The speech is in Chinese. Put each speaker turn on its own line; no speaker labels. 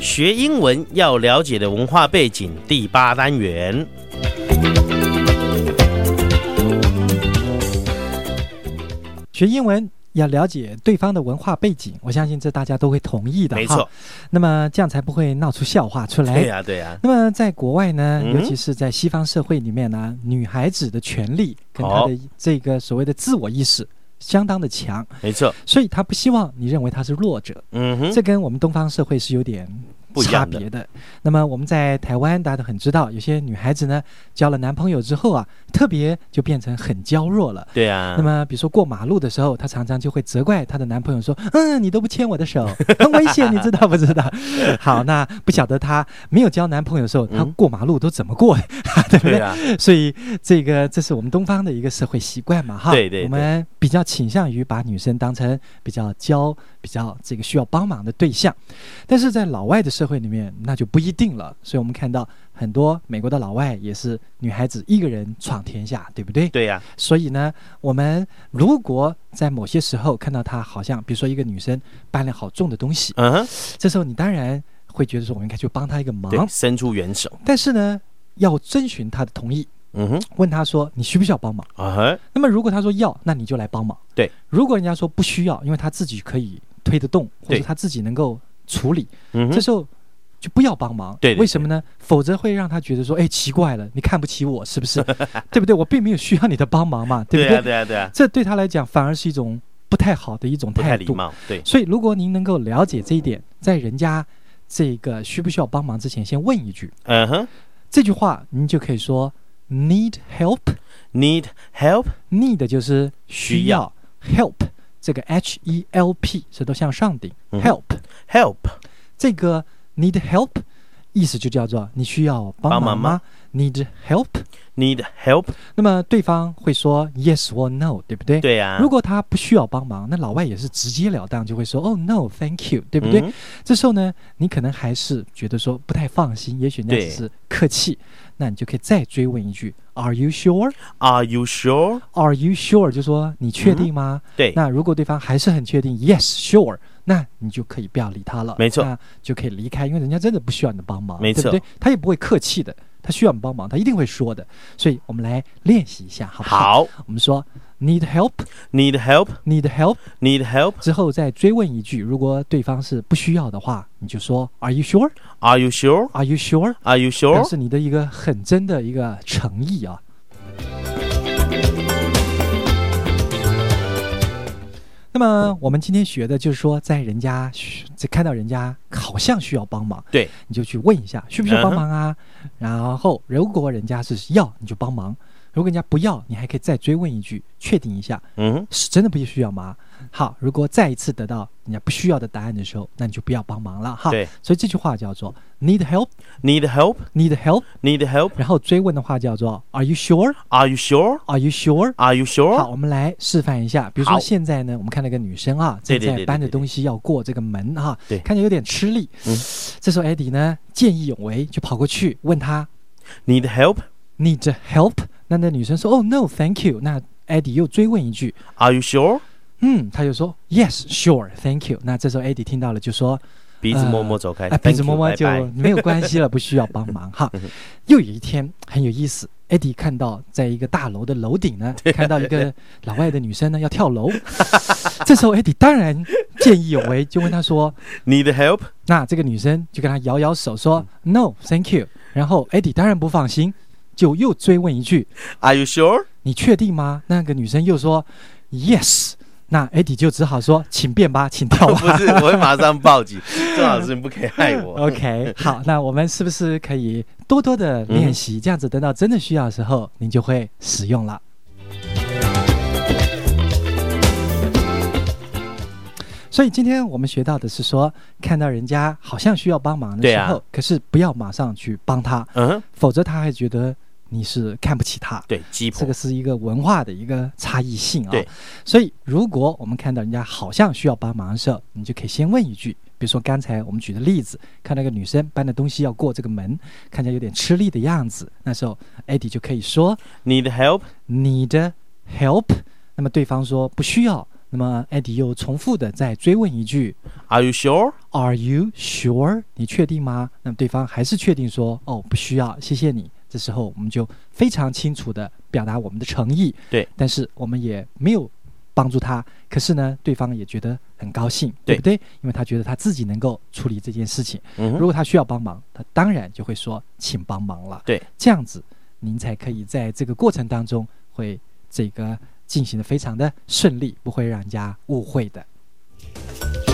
学英文要了解的文化背景第八单元。
学英文要了解对方的文化背景，我相信这大家都会同意的。
没错
哈，，那么这样才不会闹出笑话出来。
对呀、对呀、
那么在国外呢，
嗯
尤其是在西方社会里面呢，女孩子的权利跟她
好
的这个所谓的自我意识相当的强，
没错。
所以她不希望你认为她是弱者。
嗯哼，
这跟我们东方社会是有点
不一
差
样的
别的。那么我们在台湾，大家都很知道，有些女孩子呢，交了男朋友之后啊，特别就变成很娇弱了。
对呀、
那么，比如说过马路的时候，她常常就会责怪她的男朋友说：“嗯，你都不牵我 的手，很危险，你知道不知道？”好，那不晓得她没有交男朋友的时候，她
嗯
过马路都怎么过， 对不
对
对？
呀、
所以这个这是我们东方的一个社会习惯嘛，哈，
对对对
我们比较倾向于把女生当成比较娇、比较这个需要帮忙的对象，但是在老外的社会里面那就不一定了，所以我们看到很多美国的老外也是女孩子一个人闯天下，对不对？
对呀、
所以呢，我们如果在某些时候看到她好像，比如说一个女生搬了好重的东西，
嗯哼，
这时候你当然会觉得说我应该去帮她一个忙，
对，伸出援手。
但是呢，要征询她的同意。
嗯哼，
问他说你需不需要帮忙？
啊哈，
那么如果他说要，那你就来帮忙。
对，
如果人家说不需要，因为他自己可以推得动，或
对
者他自己能够处理，
嗯
这
哼，
时候就不要帮忙。
对对
为什么呢？否则会让他觉得说，哎，奇怪了，你看不起我是不是？ 对不对？我并没有需要你的帮忙嘛，对不
对啊呀、对
对？
呀、对呀、
这对他来讲反而是一种不太好的一种
不太
态
礼
度。
貌。对，
所以，如果您能够了解这一点，在人家这个需不需要帮忙之前，先问一句。
嗯哼
这句话您就可以说 “need help”。
，need help，
need 就是
需
需要，help 这个 h e l p 舌头向上顶、
嗯哼
help
help，
这个 need help 意思就叫做你需要帮
帮忙
忙
吗
吗 need help，
need help，
那么对方会说 yes or no，对不对？
对呀、
如果他不需要帮忙，那老外也是直截了当就会说哦、no，thank you，对不对？
嗯哼
这时候呢，你可能还是觉得说不太放心，也许人家
对
只是客气，那你就可以再追问一句 Are you sure？
？Are you sure？
Are you sure？就说你确定吗？
对
那如果对方还是很确定，Yes sure，那你就可以不要理他了。
没错
那就可以离开，因为人家真的不需要你的帮忙，
没错
对不对？他也不会客气的，他需要你帮忙，他一定会说的。所以我们来练习一下，好不好？
好
我们说 Need help，Need
，need help，need
help，
help。
之后再追问一句，如果对方是不需要的话，你就说 Are you sure？Are
Are you sure？
you sure？
Are you
表
sure？
示你的一个很真的一个诚意啊。那么我们今天学的就是说，在人家需在看到人家好像需要帮忙，
对，
你就去问一下需不需要
嗯哼
帮忙啊。然后如果人家是要，你就帮忙；如果人家不要，你还可以再追问一句，确定一下
嗯哼，
是真的不需要吗？好，如果再一次得到人家不需要的答案的时候，那你就不要帮忙了哈。
对
所以这句话叫做 “need help”，“need
，need help，need
help”。
help。
然后追问的话叫做 “Are you sure?
Are you sure？
Are you sure?”
Are you
好，
sure？
我们来示范一下。比如
好
说现在呢，我们看到一个女生啊，
对
正
对对
在搬着东西要过这个门啊，
对
看着有点吃力。
嗯
这时候 Eddie 呢见义勇为，就跑过去问她
Need help?
“Need help？” 那那女生说“哦、no，thank you”。那 Eddie 又追问一句
Are you sure？”，
嗯，她就说 “Yes, sure, thank you”。那这时候 Eddie 听到了，就说
鼻子摸摸走开，
啊，鼻
哎 Thank
子
you，
摸摸
拜
就
拜
没有关系了，不需要帮 忙哈
嗯哼。
又有一天很有意思，艾迪看到在一个大楼的楼顶 呢，看到一个老外的女生呢要跳楼，这时候艾迪当然见义勇为，就问她说，
Need help?
那这个女生就跟她摇摇手说
嗯
“No, thank you”，然后艾迪当然不放心，就又追问一句
Are you sure?：“
你确定吗？”那个女生又说 “Yes”，那艾迪就只好说：“请便吧，请跳吧。”
不 是，我会马上报警。 郑老师，你不可以害我。
OK，好，那我们是不是可以多多的练习？这样子，等到真的需要的时候，您就会使用了。所以今天我们学到的是说，看到人家好像需要帮忙的
对
时
啊
候，可是不要马上去帮他，
嗯哼，
否则他还觉得你是看不起他。
对，鸡
这
婆
个。是一个文化的一个差异性啊。
对，
所以如果我们看到人家好像需要帮忙的时候，你就可以先问一句，比如说刚才我们举的例子，看到一个女生搬的东西要过这个门，看起来有点吃力的样子，那时候 Eddie 就可以说
Need help?
need help，那么对方说不需要，那那么艾迪又重复的再追问一句
Are you sure？
Are you sure？你确定吗？那么对方还是确定说，哦，不需要，谢谢你。这时候我们就非常清楚的表达我们的诚意，
对，
但是我们也没有帮助他。可是呢，对方也觉得很高兴，对不对？因为他觉得他自己能够处理这件事情。
嗯
如
哼，
果他需要帮忙，他当然就会说请帮忙了。
对，
这样子您才可以在这个过程当中会这个进行的非常的顺利，不会让人家误会的。